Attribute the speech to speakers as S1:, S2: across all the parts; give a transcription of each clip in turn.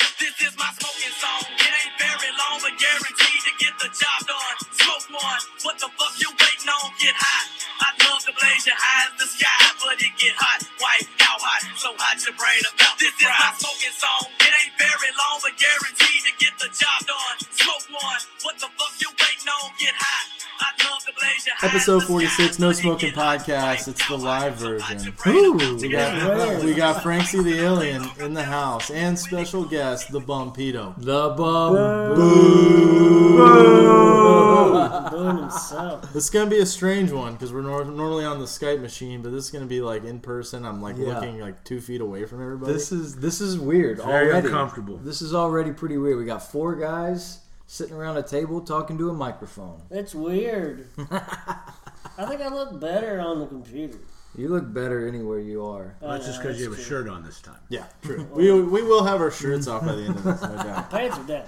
S1: my smoking zone. It ain't very long, but guaranteed to get the job done. Smoke one, what the fuck you waiting on? Get hot. I love to blaze your eyes the sky, but it get hot. White, how hot? So hot your brain about This is my smoking zone. It ain't very long, but guaranteed to get the job done. Smoke one, what the fuck you waiting on? Get hot. I love to blaze your eyes
S2: Episode
S1: the sky,
S2: 46, No
S1: but it
S2: Smoking
S1: get hot.
S2: Podcast.
S1: White,
S2: It's the
S1: how hot?
S2: live
S1: So hot
S2: version.
S1: your brain
S3: Ooh,
S1: about to
S2: We
S1: get
S2: got
S3: yeah.
S2: we got Frankie the Alien in the house and special guest the Bumpito.
S4: The bum.
S3: Boom. Boom himself.
S2: This is gonna be a strange one because we're nor- normally on the Skype machine, but this is gonna be like in person. I'm like
S4: Yeah.
S2: looking like two feet away from everybody.
S4: This is this is weird
S3: Very
S4: already.
S3: uncomfortable.
S4: This is already pretty weird. We got four guys sitting around a table talking to a microphone.
S3: It's weird. I think I look better on the computer.
S4: You look better anywhere you are.
S3: Oh,
S5: That's
S3: yeah,
S5: just because you have
S3: that's
S5: a
S3: true.
S5: shirt on this time.
S2: yeah, true. we we will have our shirts off by the end of this, no doubt.
S3: Pants are down.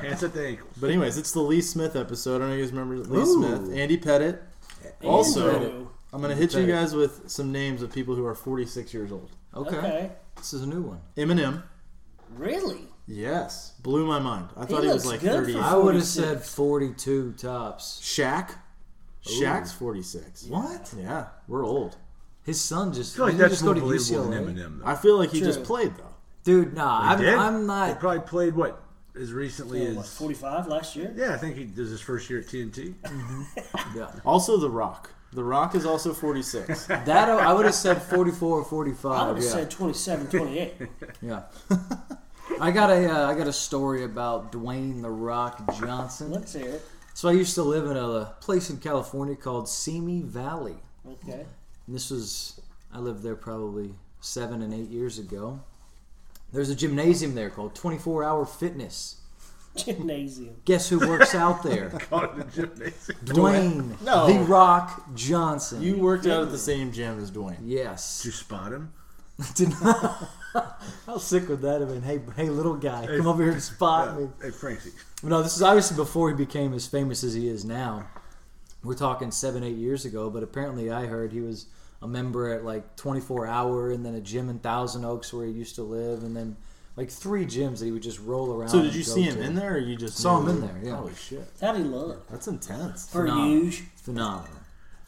S5: Pants at the ankles.
S2: But anyways, it's the Lee Smith episode. I don't know if you guys remember Lee
S4: Ooh.
S2: Smith, Andy Pettit. Also,
S3: Andrew.
S2: I'm gonna hit you
S4: Pettit.
S2: guys with some names of people who are 46 years old.
S4: Okay.
S3: okay.
S4: This is a new one.
S2: Eminem.
S3: Really?
S2: Yes, blew my mind. I thought he, was like
S3: looks good
S2: 30.
S3: for-
S4: I would have
S3: 46.
S4: said 42 tops.
S2: Shaq. Shaq's 46.
S4: What?
S2: Yeah, we're old.
S4: His son just,
S5: I feel like
S4: didn't he
S5: that's
S4: just go
S5: more
S4: to
S5: believable than
S4: UCLA.
S5: Eminem. Though.
S2: I feel like he
S3: True.
S2: just played though.
S4: Dude, nah, I'm,
S5: He did.
S4: I'm
S5: He
S4: not.
S5: probably played what as recently
S3: Yeah, what,
S5: as
S3: 45 last year?
S5: yeah. I think he does his first year at TNT.
S4: Yeah.
S2: Also, The Rock. The Rock is also 46.
S4: That I would have said 44
S3: I
S4: or 45.
S5: Oh,
S3: would have
S4: yeah.
S3: said 27, 28.
S4: Yeah. I got a uh, I got a story about Dwayne the Rock Johnson.
S3: Let's hear it.
S4: So I used to live in a place in California called Simi Valley.
S3: Okay.
S4: And this was I lived there probably 7 and 8 years ago. There's a gymnasium there called 24 Hour Fitness.
S3: Gymnasium.
S4: Guess who works out there?
S5: Caught in the gymnasium.
S4: Dwayne
S2: No.
S4: the Rock Johnson.
S2: you worked out at the same gym as Dwayne.
S4: Yes.
S5: Did you spot him?
S4: Did not. How sick would that have been? Hey, hey, little guy, come over here and spot
S5: Uh,
S4: me.
S5: hey Frankie.
S4: No, this is obviously before he became as famous as he is now. We're talking seven, eight years ago, but apparently I heard he was a member at like 24 Hour and then a gym in Thousand Oaks where he used to live, and then like three gyms that he would just roll around.
S2: So
S4: and
S2: did you
S4: go
S2: see him
S4: to.
S2: in there, or you just
S4: Saw
S2: knew-
S4: him in there, yeah.
S2: Holy shit,
S3: How'd he look?
S2: that's intense.
S3: For
S4: No.
S3: huge.
S4: Phenomenal.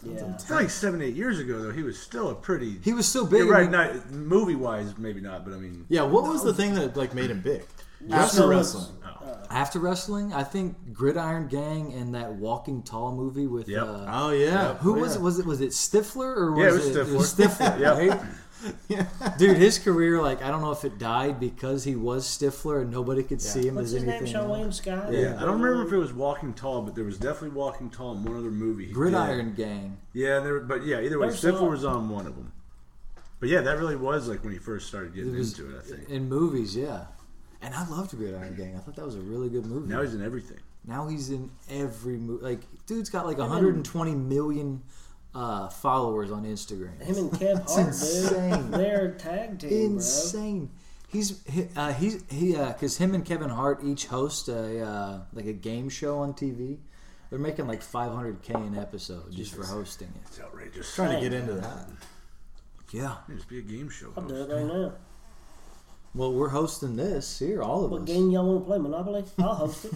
S3: Yeah.
S5: It's like seven, eight years ago though. He was still a pretty.
S4: He was so big.
S5: You're right.
S4: and he-
S5: Not movie wise, maybe not, but I mean,
S2: Yeah, what was the thing that like made him big? After
S3: so
S2: wrestling,
S4: After wrestling, I think Gridiron Gang and that Walking Tall movie with.
S5: Yep.
S4: Uh,
S2: oh yeah,
S4: Who was
S2: yeah.
S4: it? Was it was it Stifler or was
S5: Yeah, it was
S4: it was
S5: Stifler.
S4: Stifler,
S5: Yep.
S4: right? Dude, his career, like I don't know if it died because he was Stifler and nobody could see him
S3: What's
S4: as
S3: his name?
S4: anything.
S3: Sean
S4: else.
S3: William Scott?
S5: yeah. I don't remember if it was Walking Tall, but there was definitely Walking Tall in one other movie. he did.
S4: Gridiron Gang.
S5: Yeah, there, but yeah, either way,
S3: There's a
S5: Stifler
S3: lot.
S5: was on one of them. But yeah, that really was like when he first started getting
S4: It was
S5: into it. I think
S4: in movies, yeah. And I loved Gridiron Gang. I thought that was a really good movie.
S5: now he's in everything.
S4: Now he's in every movie. Like, dude's got like 120 million uh, followers on Instagram.
S3: Him and Kev Hart,
S4: insane.
S3: dude. They're a tag team,
S4: insane. He's he- uh, he's he because him and Kevin Hart each host a uh, like a game show on TV. They're making like 500k an episode just for hosting it.
S5: It's outrageous.
S2: trying to get into that.
S4: Yeah.
S5: Just be a game show.
S3: bro. I'll do
S5: host.
S3: it right now.
S4: Well, we're hosting this here, all of
S3: What
S4: us.
S3: game y'all want to play? Monopoly? I'll host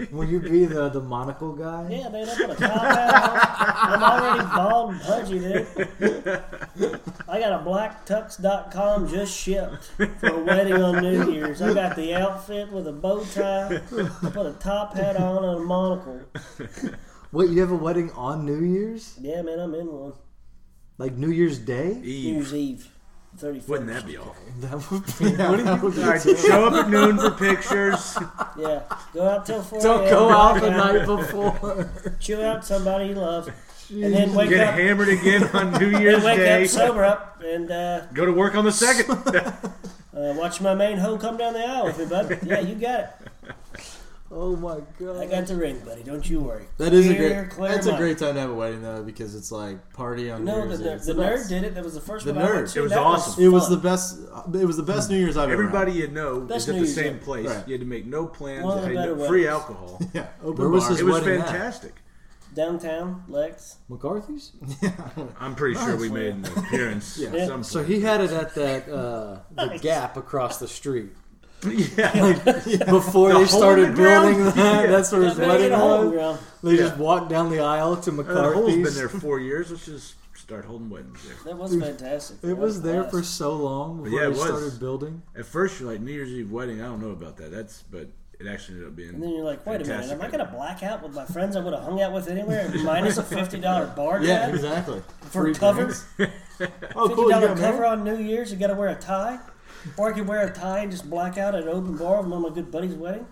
S3: it.
S4: Will you be the the monocle guy?
S3: Yeah, dude, I put a top hat on. I'm already bald and pudgy, dude. I got a blacktux.com just shipped for a wedding on New Year's. I got the outfit with a bow tie. I put a top hat on and a monocle.
S4: Wait, you have a wedding on New Year's?
S3: Yeah, man, I'm in one.
S4: Like New Year's Day?
S3: New
S5: Eve.
S3: Year's Eve, 31st.
S5: Wouldn't that be awful?
S4: That would be. what do you?
S5: All right, show up at noon for pictures.
S3: Yeah, go out till 4
S4: Don't
S3: a.m.,
S4: go out the
S3: hang
S4: night before.
S3: Chew out somebody you love. And then wake
S5: Get
S3: up.
S5: hammered again on New Year's
S3: Then wake
S5: Day.
S3: up, sober up, and uh,
S5: Go to work on the second.
S3: uh, watch my main hoe come down the aisle with me, bud. Yeah, you got it.
S4: Oh my
S3: I
S4: god.
S3: got the ring, buddy. Don't you worry.
S2: That is a
S3: Clear,
S2: great.
S3: clear
S2: That's a
S3: mind.
S2: great time to have a wedding though, because it's like party on
S3: No,
S2: New Year's
S3: the,
S2: Eve. It's
S3: the, the
S2: the
S3: nerd
S2: best.
S3: did it. That was the first
S2: The
S3: one. I
S2: nerd.
S3: went to.
S5: It was
S3: That
S5: awesome.
S2: It was the
S3: fun.
S2: best. It was the best New Year's I've
S5: Everybody
S2: ever.
S5: you know
S3: That's
S5: is at
S3: New
S5: the
S3: Year's
S5: same
S3: Day.
S5: place.
S2: Right.
S5: You had to make no plans.
S3: One of the
S5: You
S3: better
S5: had free
S3: weddings.
S5: alcohol.
S2: Everybody. Yeah. Open
S4: Where was
S2: bar.
S4: his
S5: It was
S4: Wedding at?
S5: fantastic.
S3: downtown Lex.
S4: McCarthy's?
S5: I'm pretty sure we made an appearance. yeah.
S3: Yeah.
S5: Some
S4: So
S5: point.
S4: he had it at that uh, the Gap across the street.
S5: Yeah.
S4: Like before
S5: The
S4: they
S5: hole in
S4: started
S5: the ground?
S4: building that,
S5: Yeah.
S4: that's where his
S3: Gotta get
S4: wedding
S3: a hole in the
S4: was.
S3: ground.
S4: They just walked down the aisle to
S5: That hole's Uh, been
S4: McCarthy's.
S5: there four years. Let's just start holding weddings there.
S3: That was fantastic.
S4: It was there for so long before
S5: Yeah, it
S4: they
S5: was.
S4: started building.
S5: At first, you're like New Year's Eve wedding. I don't know about that. That's but it actually ended up being.
S3: And then you're like, wait a minute,
S5: fantastic.
S3: am I going to black out with my friends I would have hung out with anywhere minus a $50 bar
S2: Yeah,
S3: tab
S2: exactly.
S3: for cover?
S2: Oh,
S3: $50
S2: cool. You got
S3: cover
S2: married?
S3: on New Year's, you got to wear a tie? Or I could wear a tie and just black out at an open bar of one of my good buddies' wedding?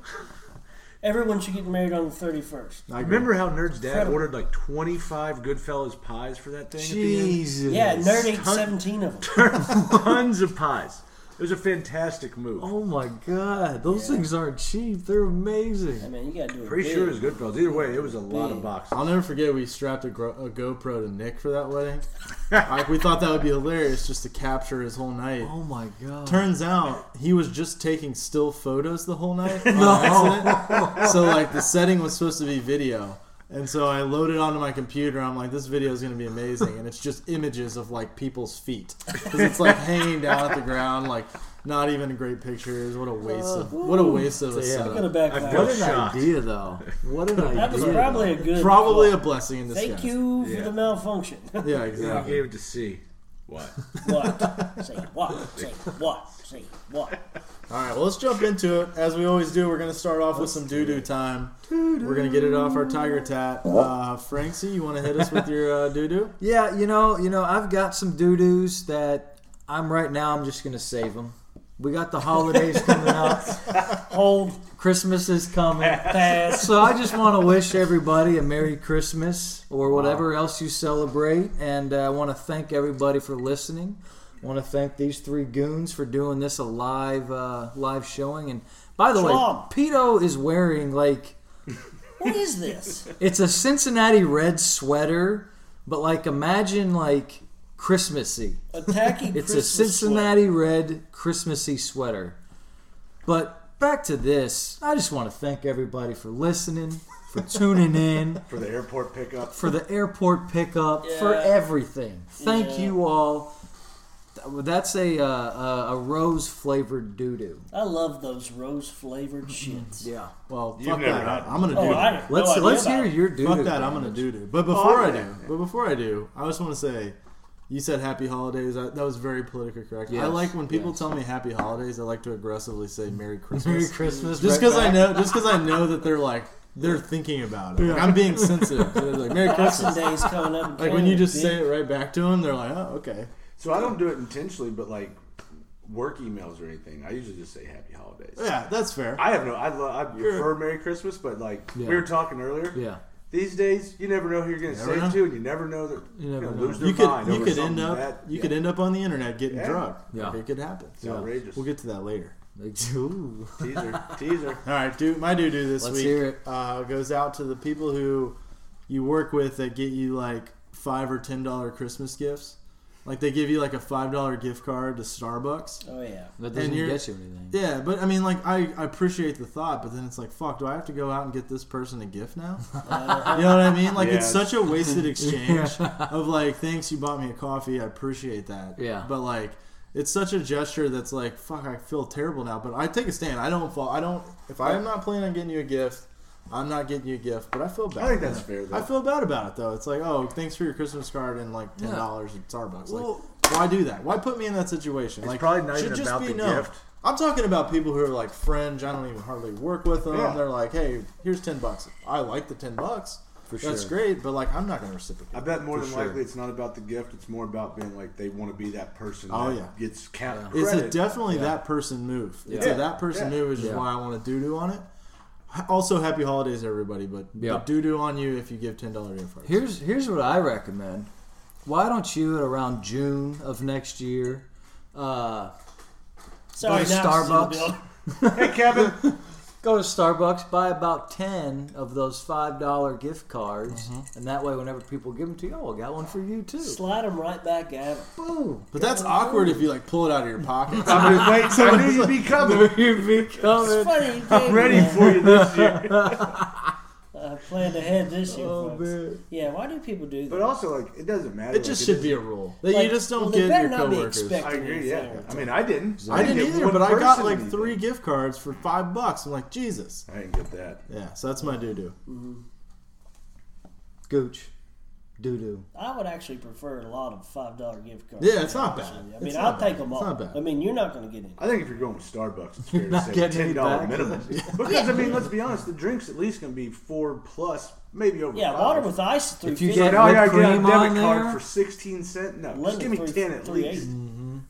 S3: Everyone should get married on the 31st.
S5: I remember how Nerd's dad
S3: Incredible.
S5: ordered like 25 Goodfellas pies for that thing.
S4: Jesus.
S3: Yeah, Nerd ate 17 of them.
S5: At the end? Tons of pies. It was a fantastic move.
S4: Oh my god, those things aren't cheap. They're
S3: I
S4: amazing.
S3: mean, you got to do it.
S5: Pretty
S3: big.
S5: sure it was Goodfellas. Either way, it was a lot of
S3: Big.
S5: boxes.
S2: I'll never forget we strapped a, gro- a GoPro to Nick for that wedding. like, we thought that would be hilarious just to capture his whole night.
S4: Oh my god.
S2: Turns out he was just taking still photos the whole night on accident. So like the setting was supposed to be video. And so I loaded onto my computer. I'm like, this video is going to be amazing, and it's just images of like people's feet because it's like hanging down at the ground, like not even great pictures. What a waste of what a waste of a
S4: Damn.
S3: Look at
S2: setup.
S3: a back
S5: I've
S3: lash.
S5: got-
S4: what an
S5: Shocked.
S4: idea though. What an idea.
S3: That was probably a good.
S2: Probably a blessing in disguise.
S3: Thank you for
S5: Yeah.
S3: the malfunction.
S2: Yeah,
S5: I
S2: exactly.
S5: gave it to C. What?
S3: what? Say what? Say what? Say what?
S2: All right, well, let's jump into it. As we always do, we're going to start off with some doo doo time. We're going to get it off our tiger tat. Uh, Francie, you want to hit us with your uh, doo doo?
S4: Yeah, you know, you know, I've got some doo doos that I'm right now. I'm just gonna save them. We got the holidays coming up.
S3: Hold
S4: Christmas is coming.
S3: pass.
S4: So I just want to wish everybody a Merry Christmas or whatever else you celebrate, and uh, I want to thank everybody for listening. I want to thank these three goons for doing this a live uh, live showing. And by the
S3: Shalom.
S4: way, Pito is wearing like
S3: What is this?
S4: it's a Cincinnati red sweater, but like imagine like Christmassy.
S3: A tacky.
S4: It's
S3: Christmas
S4: a Cincinnati red Christmassy sweater. But back to this, I just want to thank everybody for listening, for tuning in,
S5: For the airport pickup.
S4: for the airport pickup, for
S3: Yeah.
S4: everything. Thank
S3: Yeah.
S4: you all. Th- That's a uh, a, a rose flavored doo doo.
S3: sweater. I love those rose flavored
S2: Mm-hmm.
S3: shits.
S4: Yeah.
S2: Well,
S5: You've
S2: fuck
S5: never
S2: that.
S5: had
S2: I'm going to
S3: Oh,
S2: doo
S3: I have
S4: Let's
S3: no idea
S4: let's
S3: about
S4: hear
S3: it.
S4: your doo doo.
S2: Fuck that. I'm going to doo doo. But before I do, but before I do, I just want to say, you said happy holidays. I, that was very politically correct. I
S4: Yes,
S2: like when people
S4: yes.
S2: tell me happy holidays. I like to aggressively say Merry
S4: Merry
S2: Christmas.
S4: Christmas.
S2: just
S4: right
S2: because I
S4: back.
S2: know, just because I know that they're like they're thinking about it. Like, I'm being sensitive. They're like Merry
S3: Boxing
S2: Christmas.
S3: Day's coming up. in
S2: Like when you
S3: Canada,
S2: just
S3: bitch.
S2: say it right back to them, they're like, oh, okay.
S5: So I don't do it intentionally, but like work emails or anything. I usually just say happy holidays.
S2: Yeah, that's fair.
S5: I have no. I, lo- I prefer Merry Christmas, but like
S4: Yeah.
S5: we were talking earlier.
S4: Yeah.
S5: These days, you never know who you're going to
S2: Never
S5: say
S2: know.
S5: it to, and you never know that
S4: You
S5: you
S4: never
S5: never
S4: know.
S5: lose their
S2: you could
S5: mind.
S2: you
S5: over
S2: could
S5: something
S2: end up
S5: that-
S2: you
S5: yeah,
S2: could end up on the internet getting
S5: Yeah.
S2: drunk.
S4: Yeah.
S2: Like, it could happen.
S5: It's outrageous.
S2: We'll get to that later.
S4: Ooh.
S5: teaser, teaser.
S2: All right, do my doo doo this
S4: Let's
S2: week
S4: hear it.
S2: Uh, goes out to the people who you work with that get you like five or ten dollar Christmas gifts. Like they give you like a five dollar gift card to Starbucks.
S3: Oh yeah.
S4: That doesn't
S2: you're-
S4: get you anything.
S2: Yeah, but I mean, like, I, I appreciate the thought, but then it's like, fuck, do I have to go out and get this person a gift now? you know what I mean? Like, it's
S5: Yeah.
S2: such a wasted exchange of like, thanks, you bought me a coffee, I appreciate that.
S4: Yeah.
S2: But like, it's such a gesture that's like, fuck, I feel terrible now. But I take a stand. I don't fall. I don't. If I'm not planning on getting you a gift, I'm not getting you a gift. But I feel bad.
S5: I think that's fair. Though.
S2: I feel bad about it though. It's like, oh, thanks for your Christmas card and like ten dollars at Starbucks. Like,
S4: Well-
S2: why do that? Why put me in that situation? like,
S5: probably not
S2: should
S5: even
S2: just
S5: about
S2: be
S5: the
S2: known.
S5: gift.
S2: I'm talking about people who are like fringe. I don't even hardly work with them.
S5: Yeah.
S2: They're like, hey, here's ten bucks. I like the ten bucks. For That's
S4: sure.
S2: great, but like, I'm not gonna reciprocate.
S5: I bet more
S4: For
S5: than
S4: sure.
S5: likely it's not about the gift. It's more about being like they want to be that person.
S2: Oh,
S5: that
S2: yeah.
S5: gets count
S2: It's
S5: credit.
S2: a definitely that person move. It's
S5: Yeah.
S2: a that person
S5: Yeah.
S2: move, which is
S4: Yeah.
S2: why I want to doo doo on it. Also, happy holidays, everybody. But,
S4: Yeah.
S2: but doo doo on you if you give ten dollar gift cards.
S4: Here's here's what I recommend. Why don't you at around June of next year? Uh,
S3: Sorry,
S4: Go to
S3: now I see the
S4: Starbucks.
S3: building.
S5: hey Kevin,
S4: go to Starbucks, buy about ten of those five dollar gift cards,
S5: Mm-hmm.
S4: and that way, whenever people give them to you, oh, I got one for you too.
S3: Slide them right back at him.
S4: Boom!
S2: but that's awkward if you like pull it out of your pocket.
S5: I've been waiting. I knew you'd be coming.
S4: Here we come.
S3: It's funny.
S5: I'm ready for you this year.
S3: I planned ahead this year.
S4: Oh,
S3: folks.
S4: man.
S3: Yeah, why do people do that?
S5: But also, like, it doesn't matter.
S2: It just should be a rule that
S3: Like,
S2: you just don't
S3: well, they
S2: give
S3: better
S2: your
S3: not be
S2: coworkers.
S3: expect-
S5: I agree. Yeah.
S3: Anything.
S5: I mean, I didn't.
S2: I didn't
S5: get
S2: either,
S5: one
S2: but I got
S5: person
S2: like
S5: anything.
S2: three gift cards for five bucks. I'm like, Jesus.
S5: I didn't get that.
S2: Yeah, so that's my doo doo.
S4: Gooch. Doo doo.
S3: I would actually prefer a lot of five dollar gift cards.
S2: Yeah, it's not bad.
S3: I mean,
S2: It's
S3: I'll
S2: not
S3: take
S2: bad.
S3: them
S2: It's
S3: all.
S2: not bad.
S3: I mean, you're not going to get any.
S5: I think if you're going with Starbucks, it's fair
S4: not
S5: to say
S4: getting
S5: ten
S4: any
S5: dollar
S4: back.
S5: minimum. Because I mean, let's be honest, the drink's at least gonna be four plus, maybe over.
S3: Yeah,
S5: five.
S3: water with ice three
S4: If you
S3: fifty.
S5: So
S4: get-
S5: now I gotta
S4: Whipped
S5: get a
S4: cream
S5: debit
S4: on
S5: card
S4: there?
S5: for sixteen cent. No,
S3: Lemon
S5: just give me
S3: three-
S5: ten at
S3: three
S5: least.
S4: You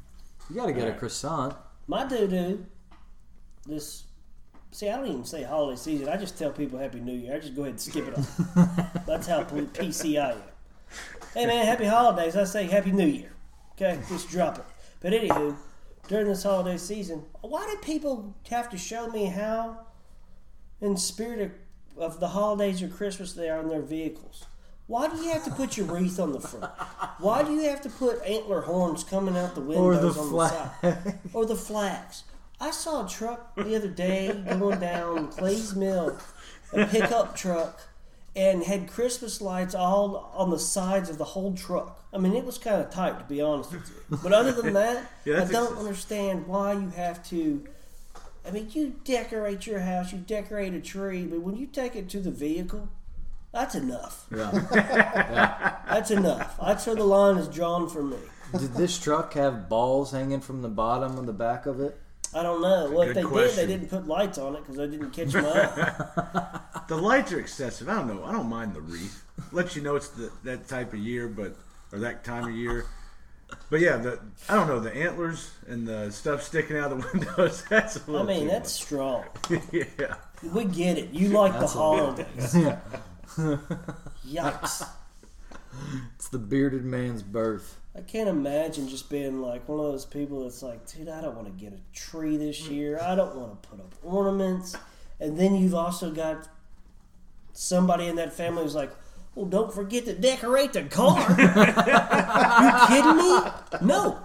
S4: gotta get a
S5: Alright.
S4: croissant.
S3: My doo doo, this. See, I don't even say holiday season. I just tell people Happy New Year. I just go ahead and skip it all. That's how pol- PC I am. Hey, man, Happy Holidays. I say Happy New Year. Okay, just drop it. But anywho, during this holiday season, why do people have to show me how in spirit of, of the holidays or Christmas they are in their vehicles? Why do you have to put your wreath on the front? Why do you have to put antler horns coming out the windows
S4: the
S3: on the side? Or the flags. I saw a truck the other day going down Clay's Mill, a pickup truck, and had Christmas lights all on the sides of the whole truck. I mean, it was kind of tight, to be honest with you. But other than that,
S5: Yeah,
S3: I
S5: that's
S3: don't
S5: excessive.
S3: understand why you have to. I mean, you decorate your house, you decorate a tree, but when you take it to the vehicle, that's enough.
S4: Yeah.
S3: That's enough. That's where the line is drawn for me.
S4: Did this truck have balls hanging from the bottom of the back of it?
S3: I don't know. Well, if
S5: good
S3: they
S5: question.
S3: did, they didn't put lights on it because I didn't catch my eye.
S5: The lights are excessive. I don't know. I don't mind the wreath. Let you know it's the, that type of year, but or that time of year. But yeah, the I don't know the antlers and the stuff sticking out the windows. That's a
S3: I
S5: little
S3: mean,
S5: too
S3: that's strong.
S5: much. yeah.
S3: We get it. You like the
S4: That's a-
S3: holidays.
S4: Yeah.
S3: Yikes.
S4: It's the bearded man's birth.
S3: I can't imagine just being like one of those people that's like, dude, I don't want to get a tree this
S5: Mm.
S3: year. I don't want to put up ornaments. And then you've also got somebody in that family who's like, well, don't forget to decorate the car. you kidding me? No.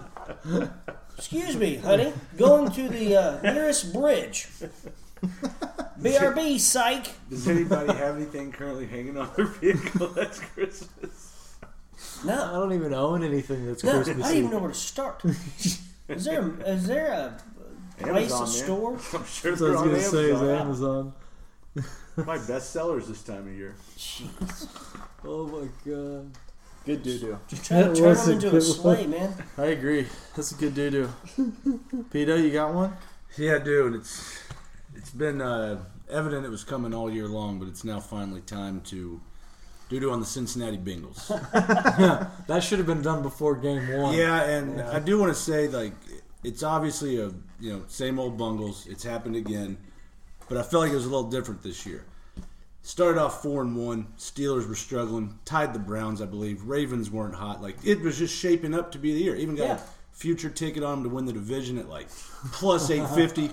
S3: Excuse me, honey. Going to the uh, nearest bridge. BRB, psych.
S5: Does anybody have anything currently hanging on their vehicle that's Christmas?
S4: I
S3: No.
S4: don't even own anything that's
S3: No, I
S4: Christmas.
S3: don't even know where to start. Is there a, is there a place, a
S5: Amazon, man.
S3: store?
S5: I'm sure
S4: That's what I
S5: they're
S4: was
S5: on
S4: gonna say is
S5: Amazon.
S4: Amazon.
S5: My best sellers this time of year.
S4: Oh my god.
S2: Good doo doo.
S3: Trying to
S4: That
S3: turn
S4: was
S3: them
S4: a
S3: into a
S4: good
S3: sleigh, man.
S2: I agree. That's a good doo doo. Pito, you got one?
S5: Yeah, dude, it's it's been uh, evident it was coming all year long, but it's now finally time to do do on the Cincinnati Bengals.
S4: That should have been done before game one.
S5: yeah, and I do want to say like it's obviously a you know same old Bungles. It's happened again, but I felt like it was a little different this year. Started off four and one. Steelers were struggling. Tied the Browns, I believe. Ravens weren't hot. Like it was just shaping up to be the year. Even got
S3: Yeah.
S5: a future ticket on them to win the division at like plus eight fifty.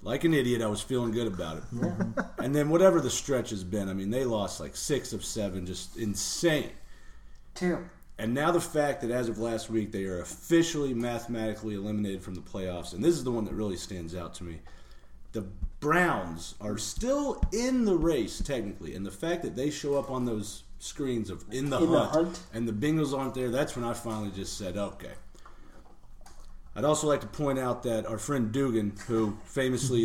S5: Like an idiot, I was feeling good about it. And then whatever the stretch has been, I mean, they lost like six of seven, just insane. And now the fact that as of last week they are officially mathematically eliminated from the playoffs, and this is the one that really stands out to me. The Browns are still in the race technically, and the fact that they show up on those screens of in the,
S3: In the
S5: hunt,
S3: hunt.
S5: and the Bengals aren't there, that's when I finally just said, okay. I'd also like to point out that our friend Dugan, who famously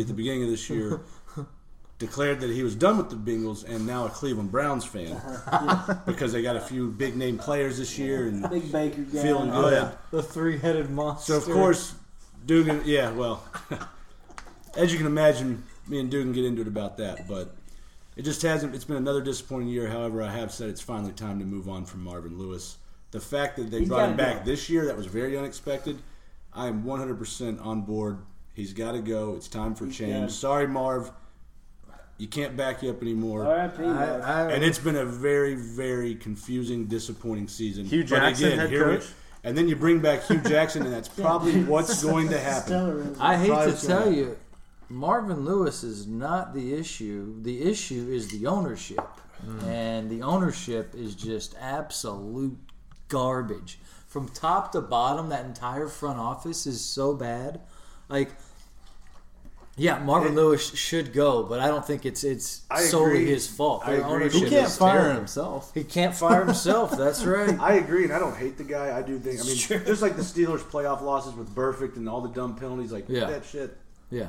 S5: at the beginning of this year declared that he was done with the Bengals and now a Cleveland Browns fan because they got a few big name players this year and
S3: Big Baker guy.
S5: feeling good.
S4: The three headed monster.
S5: So of course, Dugan. Yeah, well, as you can imagine, me and Dugan get into it about that, but it just hasn't. It's been another disappointing year. However, I have said it's finally time to move on from Marvin Lewis. The fact that they
S3: He's
S5: brought him
S3: gotta
S5: back
S3: go.
S5: this year that was very unexpected. I am 100% on board. He's got to go. It's time for change.
S3: gotta-
S5: Sorry, Marv. You can't back you up anymore.
S3: R.I.P. man.
S5: And it's been a very, very confusing, disappointing season.
S2: Hugh
S5: But
S2: Jackson, head
S5: here we-
S2: coach?
S5: and then you bring back Hugh Jackson, and that's probably what's going to happen.
S3: Stellar is-
S4: I hate
S5: Probably
S4: to tell
S5: gonna-
S4: you, Marvin Lewis is not the issue. The issue is the ownership, and the ownership is just absolute garbage from top to bottom. That entire front office is so bad. Like Yeah, Marvin Lewis should go, but I don't think it's it's
S1: I
S4: solely
S1: agree.
S4: his fault.
S1: I
S4: Their
S1: agree.
S4: ownership
S2: He
S1: Shit
S2: can't
S4: is
S2: fire
S4: terrible.
S2: himself.
S4: He can't fire himself. That's right.
S5: I agree, and I don't hate the guy. I do think. I mean,
S3: Sure.
S5: just like the Steelers' playoff losses with Perfect and all the dumb penalties, like
S4: Yeah.
S5: that shit.
S4: Yeah,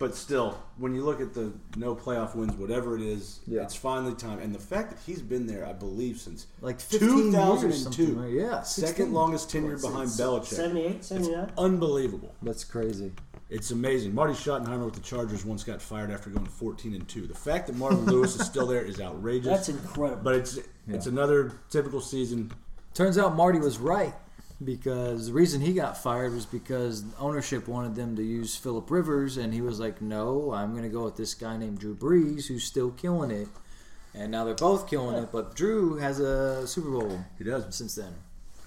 S5: But still, when you look at the no playoff wins, whatever it is,
S4: Yeah.
S5: it's finally time. And the fact that he's been there, I believe, since
S4: like 15 years or something. right? Yeah, 16.
S5: second longest tenure behind Belichick.
S3: 78, 79.
S5: Unbelievable.
S4: That's crazy.
S5: It's amazing. Marty Schottenheimer with the Chargers once got fired after going 14 and 2. The fact that Marvin Lewis is still there is outrageous.
S3: That's incredible.
S5: but it's it's another typical season.
S4: Turns out Marty was right because the reason he got fired was because ownership wanted them to use Philip Rivers, and he was like, "No, I'm going to go with this guy named Drew Brees who's still killing it." And now they're both killing it, but Drew has a Super Bowl
S5: He does.
S4: since then.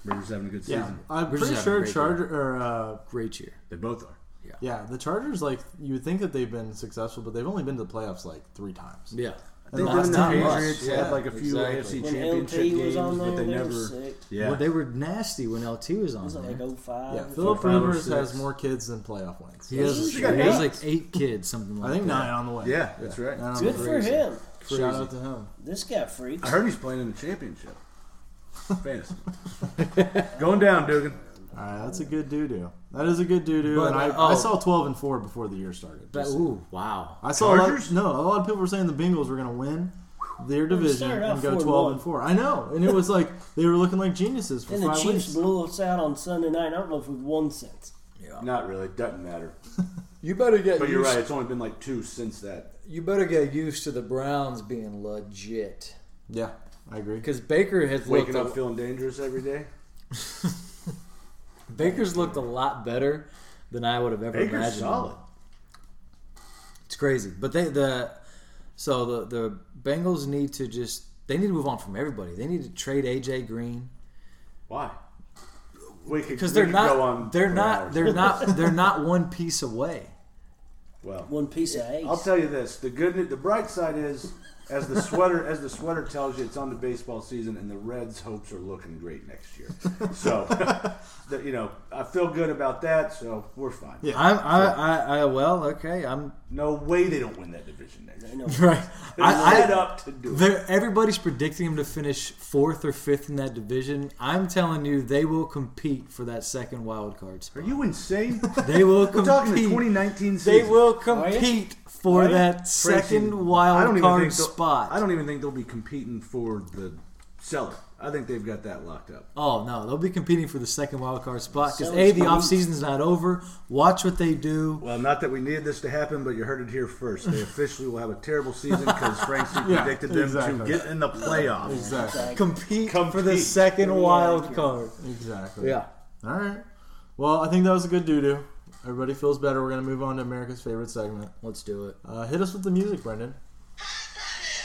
S5: Rivers having a good
S2: Yeah,
S5: season.
S2: I'm
S4: We're just
S2: pretty
S4: having a
S2: sure
S4: great
S2: Charger or uh,
S4: Great year.
S5: They both are.
S2: yeah, the Chargers like you would think that they've been successful, but they've only been to the playoffs like three times.
S4: Yeah.
S5: They've
S4: Not-
S5: been in the
S4: not much.
S5: Patriots.
S4: Yeah,
S5: had like a few
S4: exactly.
S5: AFC
S3: when LT
S5: championship games,
S3: was on there,
S5: but they never.
S3: were sick.
S5: Yeah.
S4: Well, they were nasty when LT was on
S3: Was it
S4: there.
S3: like 05?
S2: Yeah, Philip
S5: five or
S2: Rivers
S5: six.
S2: has more kids than playoff wins.
S4: He has,
S5: You got
S4: he has
S5: eight?
S4: like eight kids, something like
S2: I think
S4: that.
S2: nine on the way.
S5: Yeah, that's right.
S2: Nine on
S3: Good
S2: the
S3: for
S2: way.
S3: him.
S2: Shout out to him.
S3: This guy freaks.
S5: I heard he's playing in the championship. Fantasy. Going down, Dugan.
S2: All right, that's a good doo doo. That is a good doo doo.
S4: But,
S2: And I,
S4: uh, oh.
S2: I saw twelve and four before the year started.
S4: But,
S2: Just-
S4: ooh, wow.
S2: I saw a lot,
S5: Chargers?
S2: no. A lot of people were saying the Bengals were going to win their division
S3: started out
S2: and go
S3: 4-1.
S2: twelve and four. I know, and it was like they were looking like geniuses for
S3: And the
S2: five
S3: Chiefs
S2: weeks.
S3: blew us out on Sunday night. I don't know if we've won since.
S5: Not really. Doesn't matter.
S4: You better get
S5: But you're right. It's only been like two since that.
S4: You better get used to the Browns being legit.
S2: Yeah, I agree.
S4: Because Baker has
S5: Waking
S4: looked
S5: up feeling dangerous every day.
S4: a, Baker's looked a lot better than I would have ever
S5: Baker's
S4: imagined.
S5: solid.
S4: It's crazy. But they the so the the Bengals need to just they need to move on from everybody. They need to trade AJ Green
S5: Why? We could
S4: because
S5: we
S4: they're
S5: could
S4: not
S5: Go on
S4: they're
S5: for
S4: not
S5: hours.
S4: they're not they're not one piece away.
S5: well.
S3: One piece of ace.
S5: I'll tell you this: the good, ne- the bright side is, as the sweater as the sweater tells you, it's on to baseball season, and the Reds' hopes are looking great next year. So, the, you know, I feel good about that. So we're fine.
S4: I'm I, I, I well okay I'm
S5: No way they don't win that division next year.
S3: You know,
S4: right.
S5: They're led up to do it.
S4: They're, everybody's predicting them to finish fourth or fifth in that division. I'm telling you, they will compete for that second wild card
S5: Are
S4: spot.
S5: you insane?
S4: They will
S5: We're
S4: compete.
S5: talking the 2019 season.
S4: they will
S3: you?
S4: compete for
S3: Are you?
S4: that
S5: Preaching.
S4: second
S5: I don't
S4: wild
S5: even
S4: card
S5: think they'll-
S4: spot.
S5: I don't even think they'll be competing for the seller. I think they've got that locked up.
S4: Oh no, they'll be competing for the second wild card spot because
S3: So
S4: a the
S3: sweet.
S4: offseason's not over. Watch what they do.
S5: Well, not that we needed this to happen, but you heard it here first. They officially will have a terrible season because Frank C
S2: Yeah,
S5: predicted them to
S2: exactly.
S5: get in the playoffs.
S2: Exactly.
S4: Compete, for the
S5: Compete.
S4: second
S3: Yeah,
S4: wild
S3: yeah.
S4: card.
S2: Exactly.
S4: Yeah.
S2: All right. Well, I think that was a good doo doo. Everybody feels better. We're going to move on to America's favorite segment.
S4: Let's do it.
S2: Uh, hit us with the music, Brendan.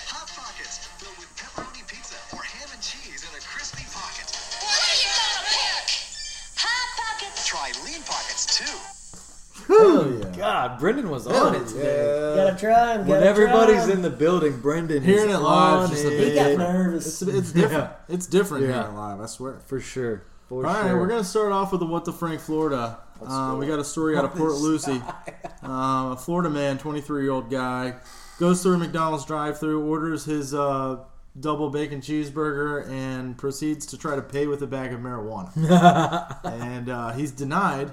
S6: Hot Pockets filled with pepperoni pizza or ham and cheese in a crispy pocket.
S7: What are you gonna pick? Hot pockets.
S6: Try Lean Pockets too.
S2: Oh yeah.
S4: God, Brendan was on it today.
S3: gotta try him.
S4: When
S3: gotta
S4: everybody's
S3: try him.
S4: in the building, Brendan
S2: Hearing
S4: is
S2: it live
S4: on
S2: is just a
S4: it.
S2: big
S3: He got
S2: Yeah.
S3: nervous.
S2: It's, it's different. It's different
S4: Yeah.
S2: here live. I swear.
S4: for sure. For
S2: All right,
S4: sure.
S2: we're gonna start off with the what the Frank, Florida. Um, we got a story out of Port Lucie. um, a Florida man, 23 year old guy, goes through a McDonald's drive-through, orders his uh, double bacon cheeseburger, and proceeds to try to pay with a bag of marijuana. and uh, he's denied.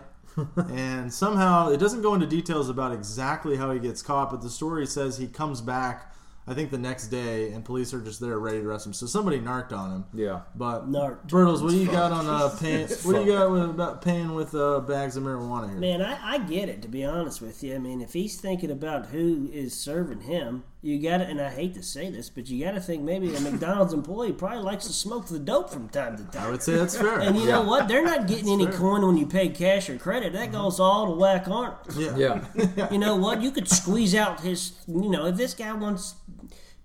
S2: and somehow it doesn't go into details about exactly how he gets caught, but the story says he comes back. I think the next day, and police are just there ready to arrest him. So somebody narked on him.
S4: Yeah.
S2: But
S3: Narked.
S2: Bertles, what do you got on uh, paying? What do you got with, about paying with uh, bags of marijuana here?
S3: Man, I, I get it, to be honest with you. I mean, if he's thinking about who is serving him, you got to, and I hate to say this, but you got to think maybe a McDonald's employee probably likes to smoke the dope from time to
S2: I
S3: time.
S2: would say that's fair.
S3: And you know what? They're not getting any coin when you pay cash or credit. That goes all to whack Arnold.
S2: yeah.
S4: Yeah.
S3: You know what? You could squeeze out his. You know, if this guy wants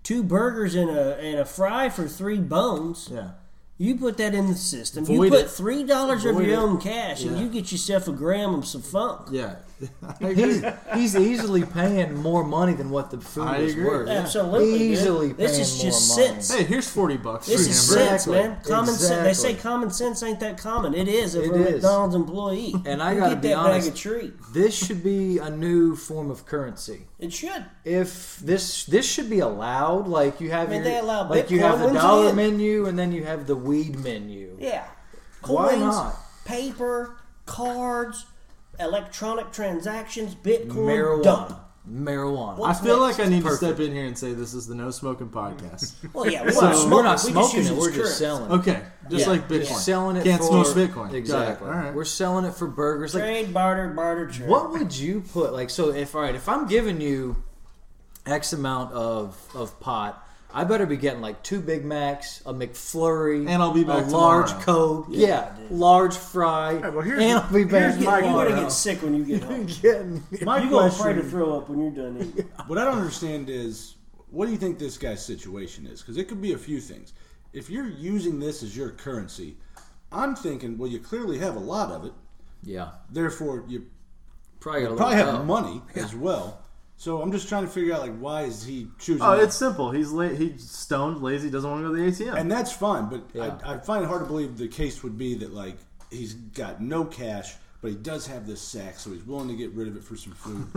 S3: two burgers and a and a fry for three bones,
S2: Yeah.
S3: you put that in the system. you
S2: Void
S3: put
S2: it.
S3: three dollars of
S2: Void
S3: your
S2: it.
S3: own cash, and
S2: Yeah.
S3: you get yourself a gram of some funk.
S2: Yeah. I agree.
S4: He's, he's easily paying more money than what the food
S2: I
S4: is
S2: agree.
S4: worth.
S2: Yeah.
S3: Absolutely. dude.
S4: Easily
S3: This
S4: paying
S3: is
S4: more
S3: just
S4: money.
S3: sense.
S2: hey, here's forty bucks.
S3: This
S2: for
S3: is
S2: hamburger.
S3: sense, man. Common sense. They
S4: Exactly.
S3: say common sense ain't that common. It is if
S4: It
S3: you're a
S4: is.
S3: McDonald's employee.
S4: And I
S3: You
S4: gotta
S3: get
S4: be
S3: that
S4: honest.
S3: bag of treat.
S4: This should be a new form of currency.
S3: It should.
S4: if this this should be allowed like you have
S3: I mean,
S4: your-
S3: they allow
S4: like you
S3: Bitcoin,
S4: have the
S3: when's it
S4: dollar
S3: in?
S4: menu and then you have the weed menu
S3: Yeah.
S4: Why
S3: Coins,
S4: not?
S3: paper, cards, electronic transactions, Bitcoin,
S4: marijuana
S3: dump.
S4: marijuana
S2: I
S3: What's
S2: feel
S3: next?
S2: like I need
S4: Perfect.
S2: to step in here and say this is the no smoking podcast.
S3: Well, yeah, we
S4: So,
S3: don't smoke
S4: we're
S3: it. We
S4: not
S3: just
S4: smoking
S3: use
S4: it
S3: as
S4: we're just
S3: currency.
S4: selling it
S2: Okay, just
S3: Yeah.
S2: like Bitcoin,
S4: We're selling it
S2: Can't
S4: for
S2: smoke Bitcoin. Got it.
S4: exactly
S2: All right.
S4: we're selling it for burgers like
S3: Trade, barter, barter, trade.
S4: What would you put like so if all right, if I'm giving you X amount of of pot, I better be getting like two Big Macs, a McFlurry,
S2: And I'll be
S4: a
S2: back
S4: large
S2: tomorrow.
S4: Coke, yeah, large fry,
S1: well, here's-
S4: and I'll be back
S1: here's my
S3: You're going to
S4: tomorrow.
S3: get sick when you get home.
S4: Getting-
S5: My
S3: You're going to pray to throw up when you're done eating.
S5: What I don't understand is, what do you think this guy's situation is? Because it could be a few things. If you're using this as your currency, I'm thinking, well, you clearly have a lot of it.
S4: yeah,
S5: Therefore, you
S4: probably got a
S5: probably
S4: little
S5: have
S2: Oh.
S4: cup.
S5: money as well. So I'm just trying to figure out, like, why is he choosing?
S2: Oh,
S5: that?
S2: it's simple. He's la- he's stoned, lazy, doesn't want to go to the ATM.
S5: and that's fine. But
S4: Yeah.
S5: I, I find it hard to believe the case would be that like he's got no cash, but he does have this sack, so he's willing to get rid of it for some food.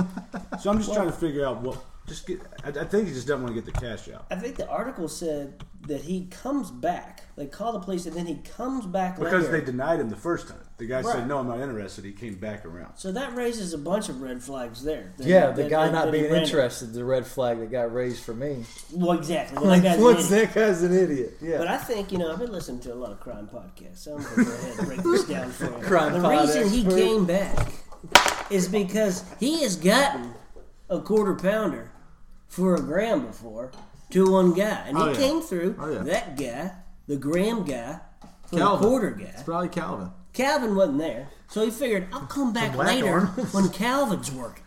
S5: so I'm just trying to figure out what. Just get. I, I think he just doesn't want to get the cash out.
S3: I think the article said that he comes back. They call the police, and then he comes back
S5: Because
S3: later.
S5: they denied him the first time. The guy
S3: Right.
S5: said, "No, I'm not interested." He came back around.
S3: so that raises a bunch of red flags there. That-
S4: Yeah, the
S3: that-
S4: guy
S3: that-
S4: not
S3: that he
S4: being
S3: ran it.
S4: interested, the red flag that got raised for me.
S3: Well, exactly. Well,
S4: Like,
S3: that guy's an
S4: what's
S3: idiot.
S4: that guy's an idiot? Yeah.
S3: But I think, you know, I've been listening to a lot of crime podcasts, so I'm going to go ahead and break this down for you.
S4: Crime
S3: the
S4: pod
S3: reason he
S4: expert.
S3: came back is because he has gotten a quarter pounder for a gram before to one guy. And he
S2: Oh, yeah.
S3: came through
S2: Oh, yeah.
S3: that guy, the gram guy, for
S2: Calvin.
S3: the quarter guy.
S2: It's probably Calvin.
S3: Calvin wasn't there, so he figured, I'll come back later when Calvin's working.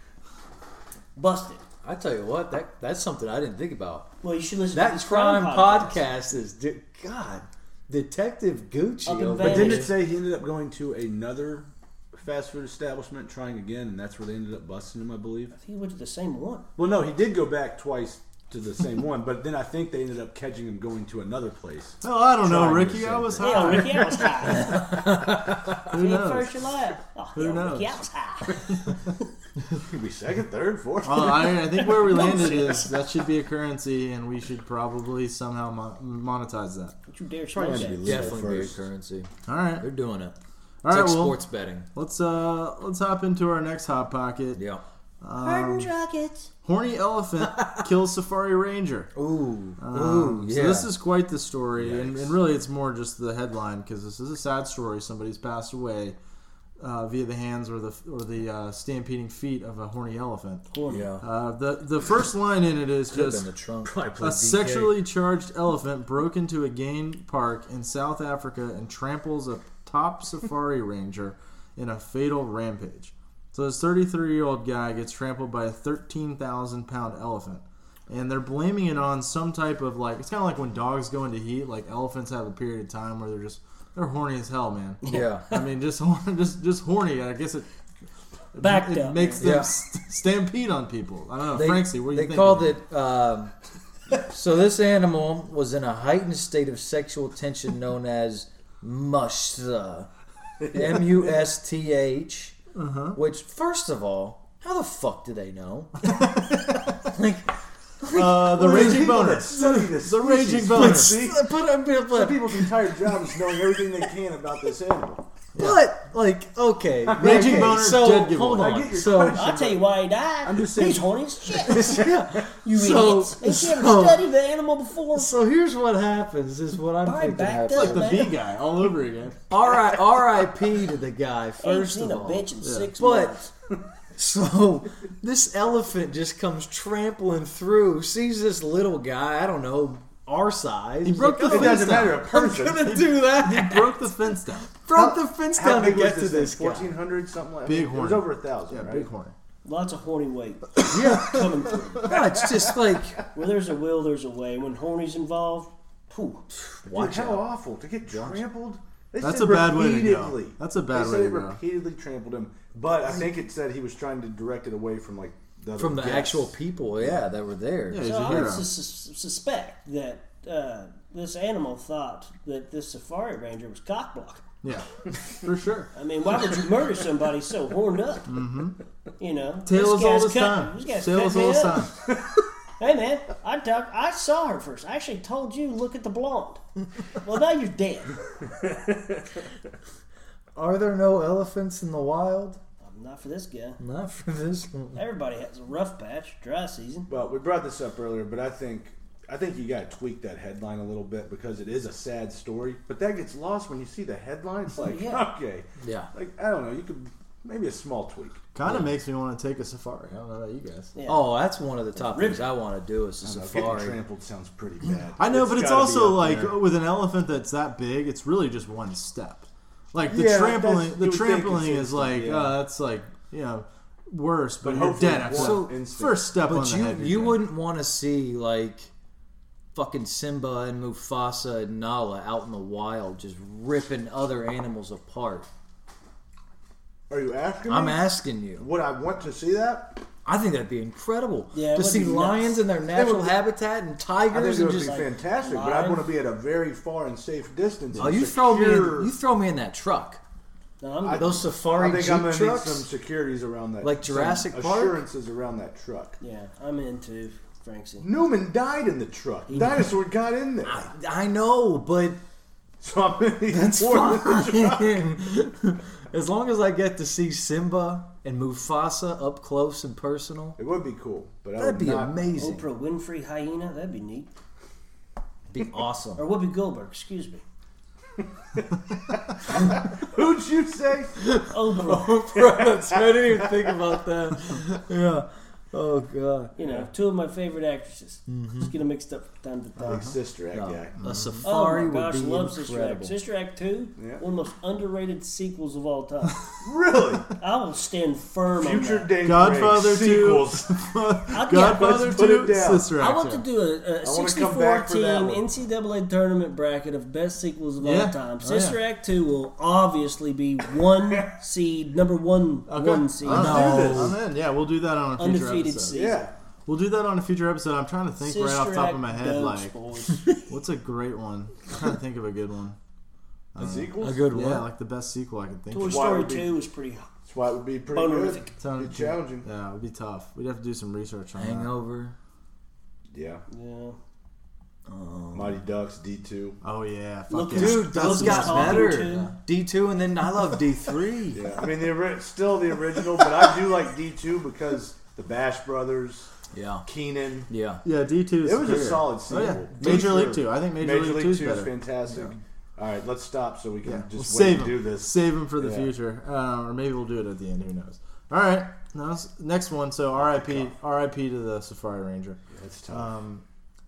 S3: Busted.
S4: I tell you what, that that's something I didn't think about.
S3: Well, you should listen to
S4: That
S3: these
S4: crime
S3: crime podcasts.
S4: podcast is de- God, Detective Gucci.
S3: Up in
S4: over
S3: Vegas.
S4: there.
S5: Didn't it say he ended up going to another fast food establishment, trying again, and that's where they ended up busting him, I believe.
S3: He went to the same one.
S5: Well, no, he did go back twice to the same one, but then I think they ended up catching him going to another place.
S2: Oh, I don't know,
S5: Trying to
S2: Ricky.
S5: say
S2: I was
S5: that.
S3: Yeah,
S2: high.
S3: Ricky, I was high.
S2: Who
S3: Ain't
S2: knows?
S3: first or last. Oh,
S2: Who
S3: yeah,
S2: knows?
S3: Ricky, I was high.
S5: Could be second, third, fourth.
S2: Uh, I, I think where we landed is that should be a currency, and we should probably somehow mo- monetize that.
S3: Don't you dare smoke
S5: to be
S3: that.
S5: legal
S4: Definitely be a
S5: first.
S4: currency.
S2: All right,
S4: They're doing it.
S2: all right.
S4: it's like
S2: well,
S4: sports betting.
S2: let's uh let's hop into our next hot pocket.
S4: Yeah.
S3: Pardon rockets.
S2: Horny elephant kills safari ranger.
S4: Oh, Ooh.
S2: Um,
S4: Ooh.
S2: So this is quite the story, and, and really it's more just the headline because this is a sad story. Somebody's passed away uh, via the hands or the or the uh, stampeding feet of a horny elephant.
S4: yeah.
S2: Uh, the the first line in it is just
S4: trunk.
S2: a sexually charged elephant broke into a game park in South Africa and tramples a top safari ranger in a fatal rampage. So this 33 year old guy gets trampled by a 13,000 pound elephant. And they're blaming it on some type of like, it's kind of like when dogs go into heat, like elephants have a period of time where they're just, they're horny as hell, man.
S4: Yeah.
S2: I mean, just horny, just, just horny. I guess it,
S3: Back
S2: it
S3: down.
S2: makes them
S4: Yeah.
S2: st- stampede on people. I don't know.
S4: They,
S2: Francie, what do you
S4: they
S2: think?
S4: called it. Um, so this animal was in a heightened state of sexual tension known as mushta, M U S T H.
S2: Uh-huh.
S4: Which, first of all, how the fuck do they know? like,
S2: Uh, the raging boner.
S5: Study this.
S2: The raging boner.
S4: but, but, but,
S5: Some people's entire job is knowing everything they can about this animal.
S4: But like, okay,
S2: Raging
S4: okay,
S2: boner,
S4: so
S2: dead giveaway.
S4: hold
S2: I
S4: on.
S5: get your
S4: so
S3: I'll tell you why he died.
S5: I'm just saying-
S3: He's horny as shit.
S4: yeah.
S3: You
S4: So-
S3: idiots. Ain't you ever
S4: so-
S3: studied the animal before?
S4: So here's what happens. Is what I'm
S3: All right,
S4: thinking
S3: back
S4: happens.
S3: up.
S2: the B guy all over again.
S4: All right, R.I.P. to the guy.
S3: Ain't
S4: First
S3: seen
S4: of
S3: a
S4: all,
S3: bitch in six
S4: But-
S3: months.
S4: so this elephant just comes trampling through. Sees this little guy. I don't know our size. He
S2: broke the
S5: It doesn't matter a
S4: I'm
S5: person.
S4: gonna do that.
S2: He broke the fence down.
S4: Broke the fence down to
S5: big was
S4: get to this
S5: thing?
S4: guy.
S5: 1400 something like
S2: Big
S5: It was
S2: horn.
S5: over a thousand,
S2: Yeah,
S5: right?
S2: big horn.
S3: Lots of horny weight.
S4: Yeah,
S3: Coming through.
S4: no, it's just like
S3: Where there's a will, there's a way. When horny's involved, phew.
S5: Dude,
S4: watch
S5: how
S4: out.
S5: awful to get trampled. They
S2: That's
S5: said
S2: a bad way to go.
S5: repeatedly.
S2: That's a bad
S5: they
S2: way
S5: said
S2: to
S5: it
S2: go.
S5: repeatedly trampled him. But I think it said he was trying to direct it away from like the other
S4: from the
S5: guests.
S4: actual people, yeah, that were there.
S2: Yeah, he's
S3: So
S2: a
S3: I would
S2: hero.
S3: sus- sus- suspect that uh, this animal thought that this safari ranger was cock blocking.
S2: Yeah, for sure.
S3: I mean, why would you murder somebody so horned up? Mm-hmm. You know,
S2: Tell us all
S3: guy's
S2: this
S3: cut-
S2: time.
S3: This guy's
S2: Tell
S3: cut
S2: us
S3: me
S2: all this
S3: up.
S2: time.
S3: Hey man, I talk, I saw her first. I actually told you, look at the blonde. Well, now you're dead.
S4: Are there no elephants in the wild?
S3: Not for this guy.
S4: Not for this one.
S3: Everybody has a rough patch, dry season.
S5: Well, we brought this up earlier, but I think I think you got to tweak that headline a little bit because it is a sad story. But that gets lost when you see the headline. It's like,
S3: Yeah.
S5: okay,
S4: Yeah.
S5: like I don't know. You could maybe a small tweak.
S2: Kind of makes me want to take a safari. I don't know about you guys.
S3: Yeah.
S4: Oh, that's one of the top things I want to do is a
S5: I don't know, Getting
S4: safari.
S5: trampled sounds pretty bad.
S2: I know, but it's
S5: gotta be
S2: also
S5: up
S2: like
S5: there.
S2: with an elephant that's that big, it's really just one step. Like the
S5: Yeah,
S2: trampling,
S5: that's-
S2: the
S5: you would think it's
S2: trampling is
S5: instant,
S2: like
S5: yeah.
S2: uh, that's like you know worse, but, you're
S5: hopefully
S2: dead
S5: it
S2: after
S5: won't
S2: that.
S5: instant.
S2: first step on
S4: But
S2: the
S4: you
S2: head. you're
S4: you
S2: dead.
S4: wouldn't want to see like fucking Simba and Mufasa and Nala out in the wild just ripping other animals apart.
S5: Are you asking?
S4: I'm
S5: me?
S4: asking you.
S5: Would I want to see that?
S4: I think that'd be incredible
S3: Yeah, it
S4: to
S3: would
S4: see
S3: be nuts.
S4: lions in their natural
S5: would-
S4: habitat and
S5: I think
S4: tigers
S5: it
S4: and
S5: would be
S4: just.
S5: fantastic, but
S3: live.
S5: I'd want to be at a very far and safe distance.
S4: Oh,
S5: and
S4: you throw me!
S5: secure-
S4: In, you throw me in that truck.
S3: No, I'm,
S4: Those
S5: I
S4: safari
S5: think
S4: jeep
S5: I'm gonna
S4: trucks.
S5: need some securities around that,
S4: Like
S5: some
S4: Jurassic Park?
S5: assurances around that truck.
S3: yeah, I'm into Franksy.
S5: Newman died in the truck. Dinosaur got in there.
S4: I know, but
S5: So I'm gonna need
S4: Ah. That's
S5: more than the truck.
S4: fine. as long as I get to see Simba and Mufasa up close and personal,
S5: It would be cool, but I
S4: that'd
S5: would
S4: be
S5: not.
S4: amazing.
S3: Oprah Winfrey hyena, that'd be neat.
S4: Be awesome.
S3: Or Whoopi Goldberg, excuse me.
S5: Who'd you say?
S4: Uh-huh.
S3: Oprah,
S4: That's- I didn't even think about that. Yeah. Oh god.
S3: you know, two of my favorite actresses.
S2: Mm-hmm.
S3: Just get them mixed up from time to time.
S5: Big sister, that guy.
S4: A
S3: Oh
S4: safari
S3: my gosh,
S4: would be
S3: love Sister Act.
S4: incredible.
S3: Sister Act 2,
S5: Yeah.
S3: one of the most underrated sequels of all time.
S5: Really?
S3: I will stand firm
S5: Future
S3: on that.
S5: Dane
S2: Godfather
S5: Craig
S2: two,
S5: sequels.
S2: Godfather
S5: let's put it
S2: two,
S5: down.
S2: Sister
S3: I
S2: Act.
S3: want to do a, a
S5: wanna come
S3: 64
S5: back for
S3: team
S5: that one.
S3: NCAA tournament bracket of best sequels of all
S2: Yeah.
S3: time.
S2: Oh, yeah.
S3: Sister Act 2 will obviously be one seed, number one,
S2: Okay.
S3: one seed.
S2: I'm
S4: No.
S2: in. I'm in. Yeah, we'll do that on a future
S3: Undefeated
S2: episode.
S3: seed.
S5: Yeah.
S2: We'll do that on a future episode. I'm trying to think right off the top of my head,
S3: dope
S2: like
S3: sports.
S2: what's a great one? I'm trying to think of a good one.
S5: The sequels?
S4: Uh, A good one.
S2: Yeah, like the best sequel I can think
S3: Toy
S2: of.
S5: Why
S3: Story
S5: would be-
S3: 2 was pretty hot.
S5: That's why it would be pretty
S3: Bonerific.
S5: good.
S2: Sound-
S5: Be challenging.
S2: Yeah, it would be tough. We'd have to do some research on that.
S4: Hangover.
S5: Yeah.
S3: Yeah.
S4: Mm.
S5: Mighty Ducks, D2.
S2: Oh yeah, fuck
S3: Look
S2: yeah.
S3: at
S4: Dude,
S3: That's
S4: those got
S3: Talking
S4: better.
S3: to-
S4: D two and then I love D three.
S5: Yeah. I mean, the ori- still the original, but I do like D2 because the Bash Brothers,
S4: Yeah.
S5: Keenan.
S4: Yeah.
S2: Yeah, D two.
S5: It was a solid sequel.
S2: Oh,
S5: for
S2: yeah. Major
S5: sure.
S2: League Two. I think Major, League, Two is
S5: Two
S2: better.
S5: is fantastic. All right, let's stop so we can
S2: Yeah,
S5: just
S2: we'll
S5: wait
S2: save
S5: and
S2: them.
S5: do this.
S2: Save them for the
S5: Yeah.
S2: future, uh, or maybe we'll do it at the end. Who knows? All right, now s- next one. So R.I.P. R.I.P. to the Safari Ranger.
S5: That's tough.
S2: Um,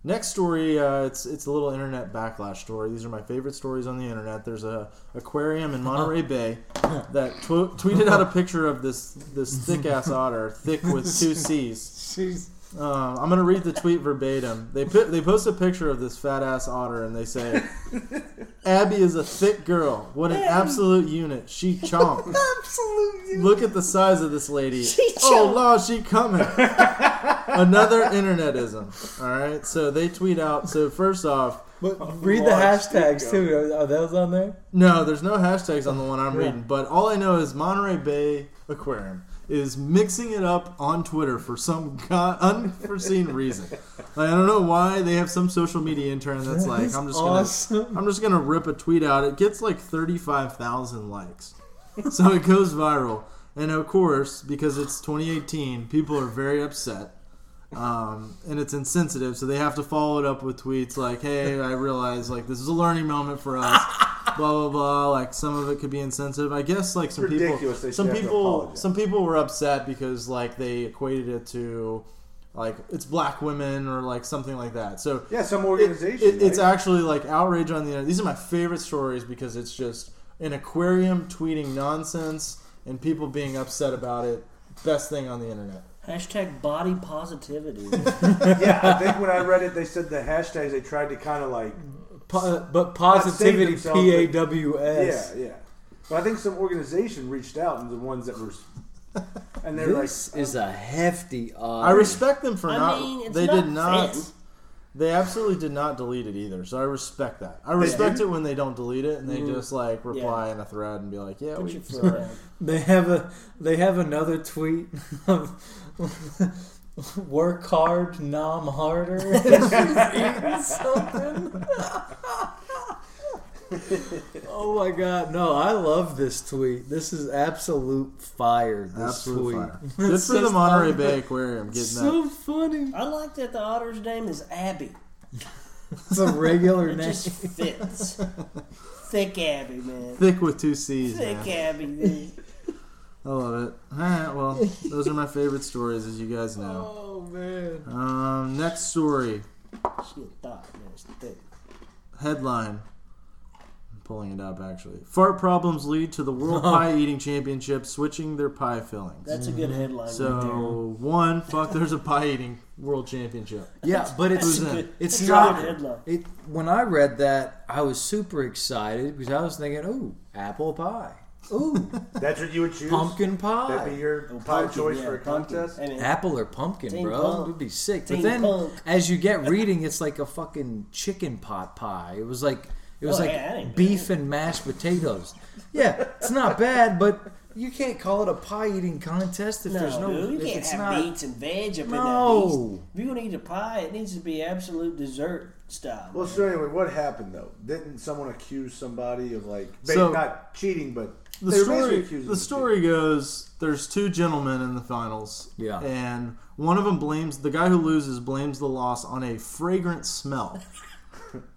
S2: next story, uh, it's it's a little internet backlash story. These are my favorite stories on the internet. There's a aquarium in Monterey Bay that tw- tweeted out a picture of this this thick ass otter, thick with two C's. Um, I'm gonna read the tweet verbatim. They put they post a picture of this fat ass otter and they say, "Abby is a thick girl. What an absolute unit. She chomp. Look at the size of this lady. oh no, she coming." Another internetism. All right, so they tweet out. So first off,
S4: But read the hashtags too. Are, are those on there?
S2: no, there's no hashtags on the one I'm reading, but all I know is Monterey Bay Aquarium is mixing it up on Twitter for some god- unforeseen reason. Like, I don't know why they have some social media intern that's like, I'm just
S4: awesome.
S2: gonna, I'm just gonna rip a tweet out. It gets like 35,000 likes, so it goes viral. And of course, because it's 2018, people are very upset. Um, and it's insensitive, so they have to follow it up with tweets like, "Hey, I realize like this is a learning moment for us." blah blah blah. Like some of it could be insensitive. I guess like some people,
S5: Ridiculous, they should
S2: some
S5: have to
S2: people,
S5: apologize.
S2: some people were upset because like they equated it to like it's black women or like something like that. So
S5: yeah, some
S2: it-
S5: organization.
S2: it- it's
S5: right?
S2: actually like outrage on the internet. These are my favorite stories because it's just an aquarium tweeting nonsense and people being upset about it. Best thing on the internet.
S3: Hashtag body positivity.
S5: yeah, I think when I read it, they said the hashtags they tried to kind of like
S4: Po- but
S5: Not save
S4: positivity,
S5: themselves, but-
S4: P A W
S5: yeah
S4: S.
S5: yeah. But I think some organization reached out and the ones that were, and they're
S4: This
S5: like,
S4: is a hefty odds.
S2: I respect them for not.
S3: Mm. I mean, it's
S2: they
S3: not
S2: did not.
S3: fast.
S2: They absolutely did not delete it either. So I respect that. I respect it when they don't delete it and they
S3: Mm.
S2: just like reply in a thread and be like, "Yeah,
S3: Put
S2: we,
S3: your foot down.
S4: They have a they have another tweet of work hard, nom harder. She's eating something. oh my god, no, I love this tweet. This is absolute fire. This
S2: absolute
S4: tweet.
S2: fire."
S4: It's
S2: Good for the
S4: just
S2: Monterey
S4: un-
S2: Bay Aquarium getting that.
S4: So funny.
S3: I like that the otter's name is Abby.
S4: It's a regular
S3: It
S4: name.
S3: just fits. Thick Abby, man.
S2: Thick with two C's,
S3: Thick
S2: man.
S3: Abby, man.
S2: I love it. All right, well, those are my favorite stories, as you guys know.
S4: Oh man.
S2: Um, next story
S3: She a thought, man. It's thick.
S2: headline. I'm pulling it up actually. Fart problems lead to the World Pie Eating Championship switching their pie fillings.
S3: That's a good
S5: Mm.
S3: headline right there.
S2: So one, fuck, there's a pie eating world championship.
S4: Yeah, but it's uh,
S2: Who's in?
S4: it's
S3: That's a
S4: not
S3: good headline.
S4: It when I read that, I was super excited because I was thinking, "Ooh, apple pie, ooh,
S5: that's what you would choose.
S4: pumpkin
S5: That'd be
S4: pie,
S5: your
S3: Oh,
S5: pie
S3: pumpkin,
S5: choice
S3: yeah,
S5: for a
S3: pumpkin.
S5: contest.
S3: And it-
S4: apple or pumpkin,
S3: Team
S4: bro.
S3: punk.
S4: It would be sick."
S3: Team
S4: but then,
S3: punk.
S4: as you get reading, it's like a fucking chicken pot pie. It was like it was
S3: Oh,
S4: like
S3: yeah, that ain't
S4: beef and mashed potatoes. Yeah, it's not bad, but you can't call it a pie eating contest if
S3: no,
S4: there's no.
S3: dude, you
S4: if
S3: can't
S4: it's
S3: have
S4: not,
S3: beets and veg up in that
S4: No.
S3: beast. If you're gonna eat a pie, it needs to be absolute dessert style.
S5: Well, so anyway, what happened though? Didn't someone accuse somebody of like ba-
S2: So-
S5: not cheating, but
S2: The
S5: they were
S2: story,
S5: basically accusing
S2: the
S5: of
S2: story goes: there's two gentlemen in the finals,
S4: Yeah.
S2: and one of them blames the guy who loses blames the loss on a fragrant smell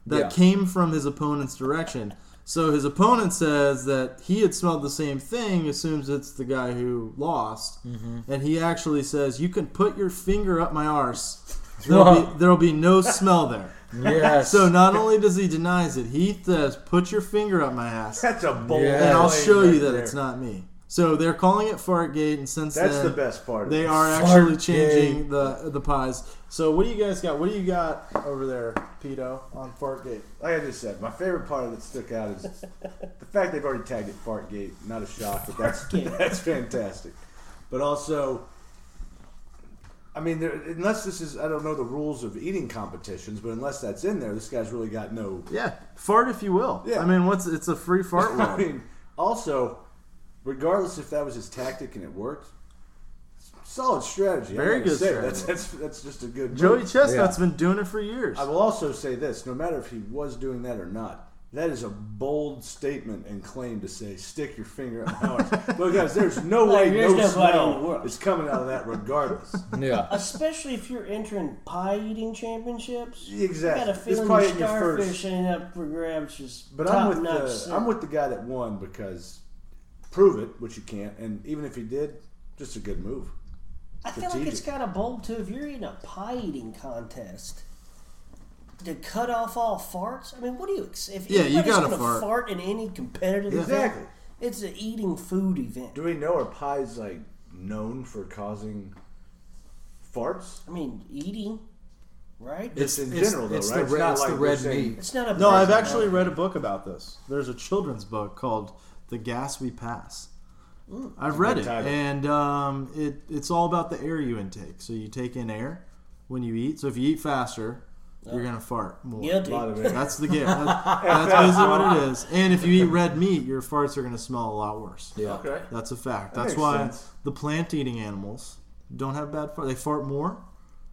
S2: that
S4: Yeah.
S2: came from his opponent's direction. So his opponent says that he had smelled the same thing, assumes it's the guy who lost,
S4: Mm-hmm.
S2: and he actually says, "You can put your finger up my arse. There'll be, there'll be no smell there."
S4: Yes.
S2: So not only does he denies it, he says, "Put your finger up my ass,
S5: cheating. That's a bold.
S4: Yeah.
S2: and I'll
S5: claim
S2: show
S5: right
S2: you that
S5: there.
S2: it's not me." So they're calling it Fartgate, and since
S5: That's
S2: then,
S5: the best part. Of
S2: They
S5: it.
S2: are actually
S4: Fartgate.
S2: changing the the pies. So what do you guys got? What do you got over there, Pito, on Fartgate?
S5: Like I just said, my favorite part that stuck out is the fact they've already tagged it Fartgate. Not a shock, but that's that's fantastic. But also, I mean, there, unless this is, I don't know the rules of eating competitions, but unless that's in there, this guy's really got no.
S2: Yeah, fart if you will.
S5: Yeah.
S2: I mean, what's it's a free fart
S5: I
S2: world.
S5: mean, also, regardless if that was his tactic and it worked, solid strategy. I'm
S2: Very
S5: gonna
S2: good
S5: say it.
S2: strategy.
S5: That's, that's that's just a good.
S2: Joey
S5: move.
S2: Chestnut's been doing it for years.
S5: I will also say this: no matter if he was doing that or not, that is a bold statement and claim to say, "Stick your finger up my arse." well, guys, there's no way,
S3: there's nobody
S5: no
S3: in the
S5: smell
S3: world.
S5: is coming out of that, regardless.
S4: yeah.
S3: Especially if you're entering pie eating championships.
S5: Exactly.
S3: You got a
S5: It's
S3: feeling
S5: probably
S3: your
S5: in your
S3: starfish
S5: first-
S3: ain't up for grabs. Just
S5: But I'm with
S3: top-notch
S5: the
S3: soup.
S5: I'm with the guy that won because prove it, which you can't, and even if he did, just a good move.
S3: I feel like it's
S5: strategic.
S3: kind of bold too. If you're in a pie eating contest, to cut off all farts. I mean, what do you ex- if
S2: Yeah, you
S3: anybody's
S2: gotta
S3: gonna
S2: fart.
S3: in any competitive
S5: Exactly.
S3: event? It's an eating food event.
S5: Do we know are pies like known for causing farts?
S3: I mean, eating, right?
S5: It's, in
S4: it's-
S5: general though,
S4: it's
S5: right?
S4: the red- it's the
S5: we're
S4: red
S5: saying-
S4: meat.
S3: It's not a
S2: no, I've
S3: prison,
S2: actually
S3: no.
S2: read a book about this. There's a children's book called "The Gas We Pass." I've read it,
S5: title.
S2: and um, it it's all about the air you intake. So you take in air when you eat. So if you eat faster, you're gonna fart more.
S3: guilty.
S5: A lot of it.
S2: That's the gift. That's, that's basically what it is. And if you eat red meat, your farts are going to smell a lot worse.
S4: Yeah.
S5: Okay.
S2: That's a fact. That's
S5: makes
S2: why
S5: sense.
S2: the plant eating animals don't have bad fart. They fart more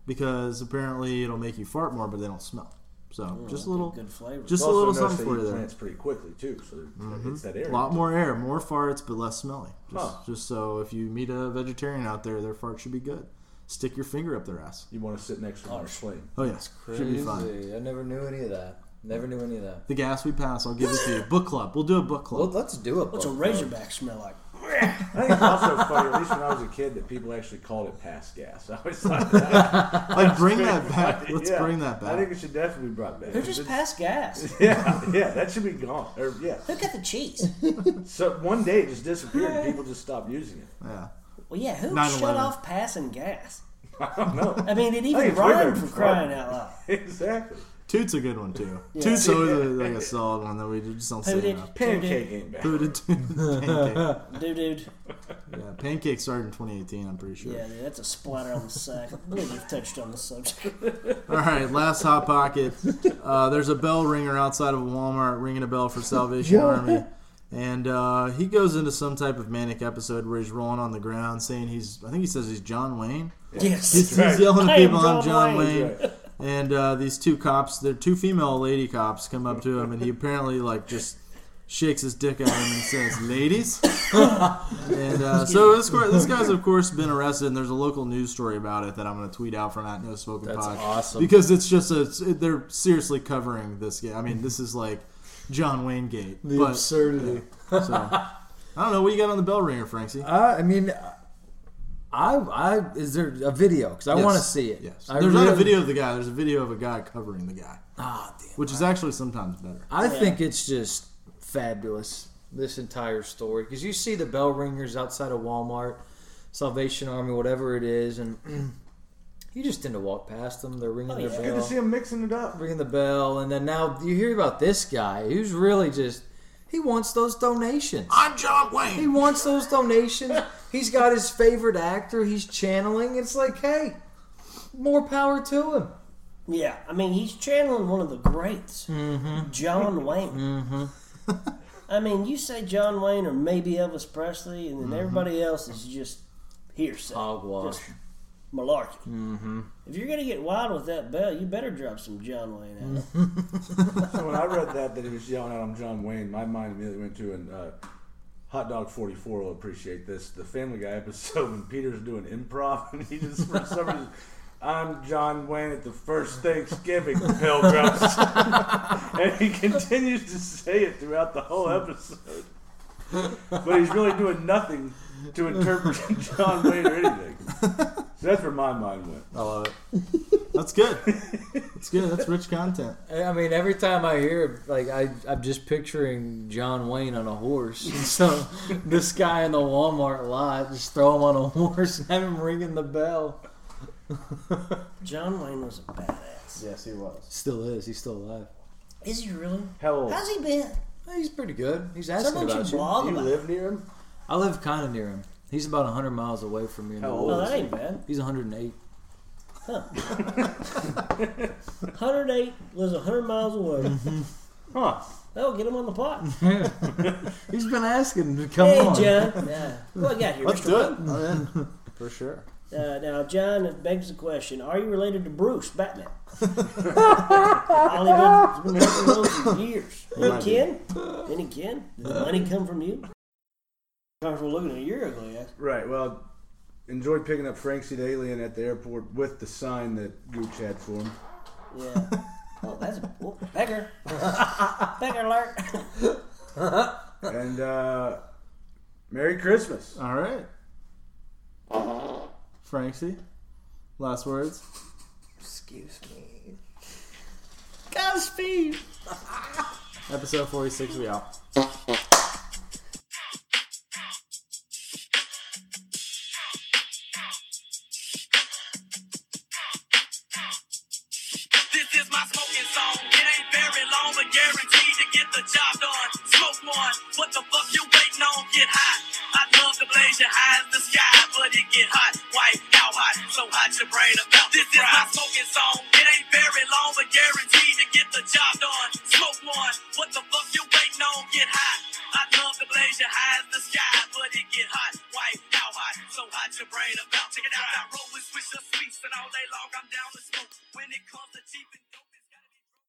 S2: because apparently it'll make you fart more, but they don't smell. So just a little,
S3: good flavor.
S2: just a
S5: Also
S2: little something
S5: notice they
S2: for
S5: eat
S2: you there.
S5: Plants pretty quickly too, so they're it's that
S2: A
S5: area.
S2: lot more air, more farts, but less smelly. Just,
S5: Huh.
S2: just so if you meet a vegetarian out there, their fart should be good. Stick your finger up their ass.
S5: You want to sit next to them on a plane.
S2: Oh yes, should be fun.
S4: I never knew any of that. Never knew any of that.
S2: The gas we pass, I'll give it to you. Book club, we'll do a book
S4: Well,
S2: club.
S4: let's do it.
S3: What's a Razorback smell like?
S5: I think it's also funny, at least when I was a kid, that people actually called it pass gas. I always thought that.
S2: Like bring that back. Let's
S5: Yeah.
S2: bring that back.
S5: I think it should definitely be brought back.
S3: Who just passed gas?
S5: yeah, yeah, that should be gone. Or, yeah.
S3: Who got the cheese?
S5: So one day it just disappeared and people just stopped using it.
S2: Yeah.
S3: Well, yeah, who
S2: 9/11.
S3: shut off passing gas?
S5: I don't know.
S3: I mean, it
S5: I
S3: even
S5: think it's way better
S3: rhymed
S5: than
S3: for
S5: fart.
S3: crying out loud.
S5: exactly.
S2: Toot's a good one too. Toot's always a, like a solid one that we just don't say
S3: Pooted,
S2: enough.
S5: Pancake ain't bad.
S2: Pooted toot. Pancake.
S3: dude, dude.
S2: Yeah, pancake started in 2018. I'm pretty sure.
S3: Yeah, dude, that's a splatter on the sack. I believe we've touched on the subject.
S2: All right, last hot pocket. Uh, there's a bell ringer outside of a Walmart ringing a bell for Salvation Army, and uh, he goes into some type of manic episode where he's rolling on the ground, saying he's. I think he says he's John Wayne.
S3: Yes.
S2: He's, he's yelling at
S3: I am
S2: people. I'm
S3: John
S2: John
S3: Wayne."
S2: Wayne. And uh, these two cops, they're two female lady cops, come up to him, and he apparently like just shakes his dick at him and says, "Ladies." and uh, so this, guy- this guy's of course been arrested, and there's a local news story about it that I'm going to tweet out from at No Smoking
S4: That's
S2: Pod
S4: awesome.
S2: because it's just a it's- it- they're seriously covering this game. I mean, this is like John Wayne Gate.
S8: The
S2: but,
S8: absurdity.
S2: so, I don't know what you got on the bell ringer, Frankie.
S4: I, I mean, I, I is there a video? Because I
S2: Yes.
S4: want to see it.
S2: Yes.
S4: I
S2: There's not a
S4: really-
S2: video of the guy. There's a video of a guy covering the guy,
S4: Ah, damn.
S2: which is actually sometimes better.
S4: I think it's just fabulous this entire story because you see the bell ringers outside of Walmart, Salvation Army, whatever it is, and you just tend to walk past them. They're ringing their
S3: yeah.
S5: Good
S4: bell,
S5: to see him mixing it up.
S4: ringing the bell, and then now you hear about this guy who's really just he wants those donations.
S2: I'm John
S4: He
S2: Wayne.
S4: wants those donations. He's got his favorite actor. He's channeling. It's like, hey, more power to him.
S3: Yeah, I mean, he's channeling one of the greats, John Wayne. I mean, you say John Wayne or maybe Elvis Presley, and then everybody else is just hearsay.
S4: Hogwash.
S3: Just malarkey. If you're going to get wild with that bell, you better drop some John Wayne out.
S5: So when I read that that he was yelling out, "I'm John Wayne," my mind immediately went to an uh, Hot Dog 44 will appreciate this. The Family Guy episode when Peter's doing improv and he just for some reason. I'm John Wayne at the first Thanksgiving, pilgrims. and he continues to say it throughout the whole episode. But he's really doing nothing to interpret John Wayne or anything. So that's where my mind went.
S2: I love it. That's good. That's good. That's rich content.
S4: I mean, every time I hear it, like I, I'm just picturing John Wayne on a horse. And so this guy in the Walmart lot, just throw him on a horse and have him ringing the bell.
S3: John Wayne was a badass.
S2: Yes, he was.
S4: Still is. He's still alive.
S3: Is he really?
S5: How old?
S3: How's he been?
S4: He's pretty good. He's asking
S3: Someone
S4: about
S3: should
S4: you.
S3: blog
S5: You
S3: about
S5: live near him?
S4: I live kind of near him. He's about 100 miles away from me. in the
S5: How
S4: woods.
S5: old?
S3: Oh, that ain't bad.
S4: He's 108.
S3: 108 lives 100 miles away.
S5: Huh.
S3: That'll get him on the pot.
S4: He's been asking to come
S3: hey,
S4: on.
S3: John. Yeah. Well, I got your
S2: Let's do it. I'm in. For sure.
S3: Uh, now, John, it begs the question: Are you related to Bruce Batman? Hollywood has been working on for years. Any kin? Any kin? Did the money come from you? Comfortable looking at your ugly ass.
S5: Right. Well, enjoyed picking up Frankie the Alien at the airport with the sign that Gooch had for him.
S3: Yeah. Oh, that's a oh, pecker. pecker alert.
S5: And uh, Merry Christmas.
S2: All right. Frankie, last words.
S3: Excuse me. Godspeed.
S2: Episode 46. We out.
S1: This is my smoking song. It ain't very long, but guaranteed to get the job done. Smoke one. What the fuck you waiting on? Get hot. I'd love to blaze your high as the sky, but it get hot. White, how hot? So hot your brain about This is my smoking song. It ain't very long, but guaranteed to